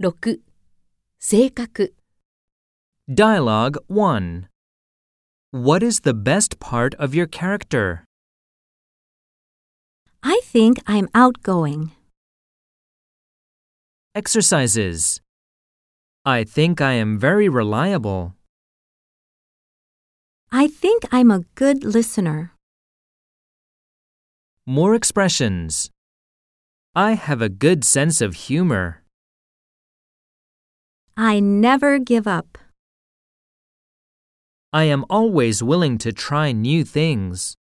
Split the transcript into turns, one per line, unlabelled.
6. 性格
Dialogue 1 What is the best part of your character?
I think I'm outgoing.
Exercises I think I am very reliable.
I think I'm a good listener.
More expressions. I have a good sense of humor.
I never give up.
I am always willing to try new things.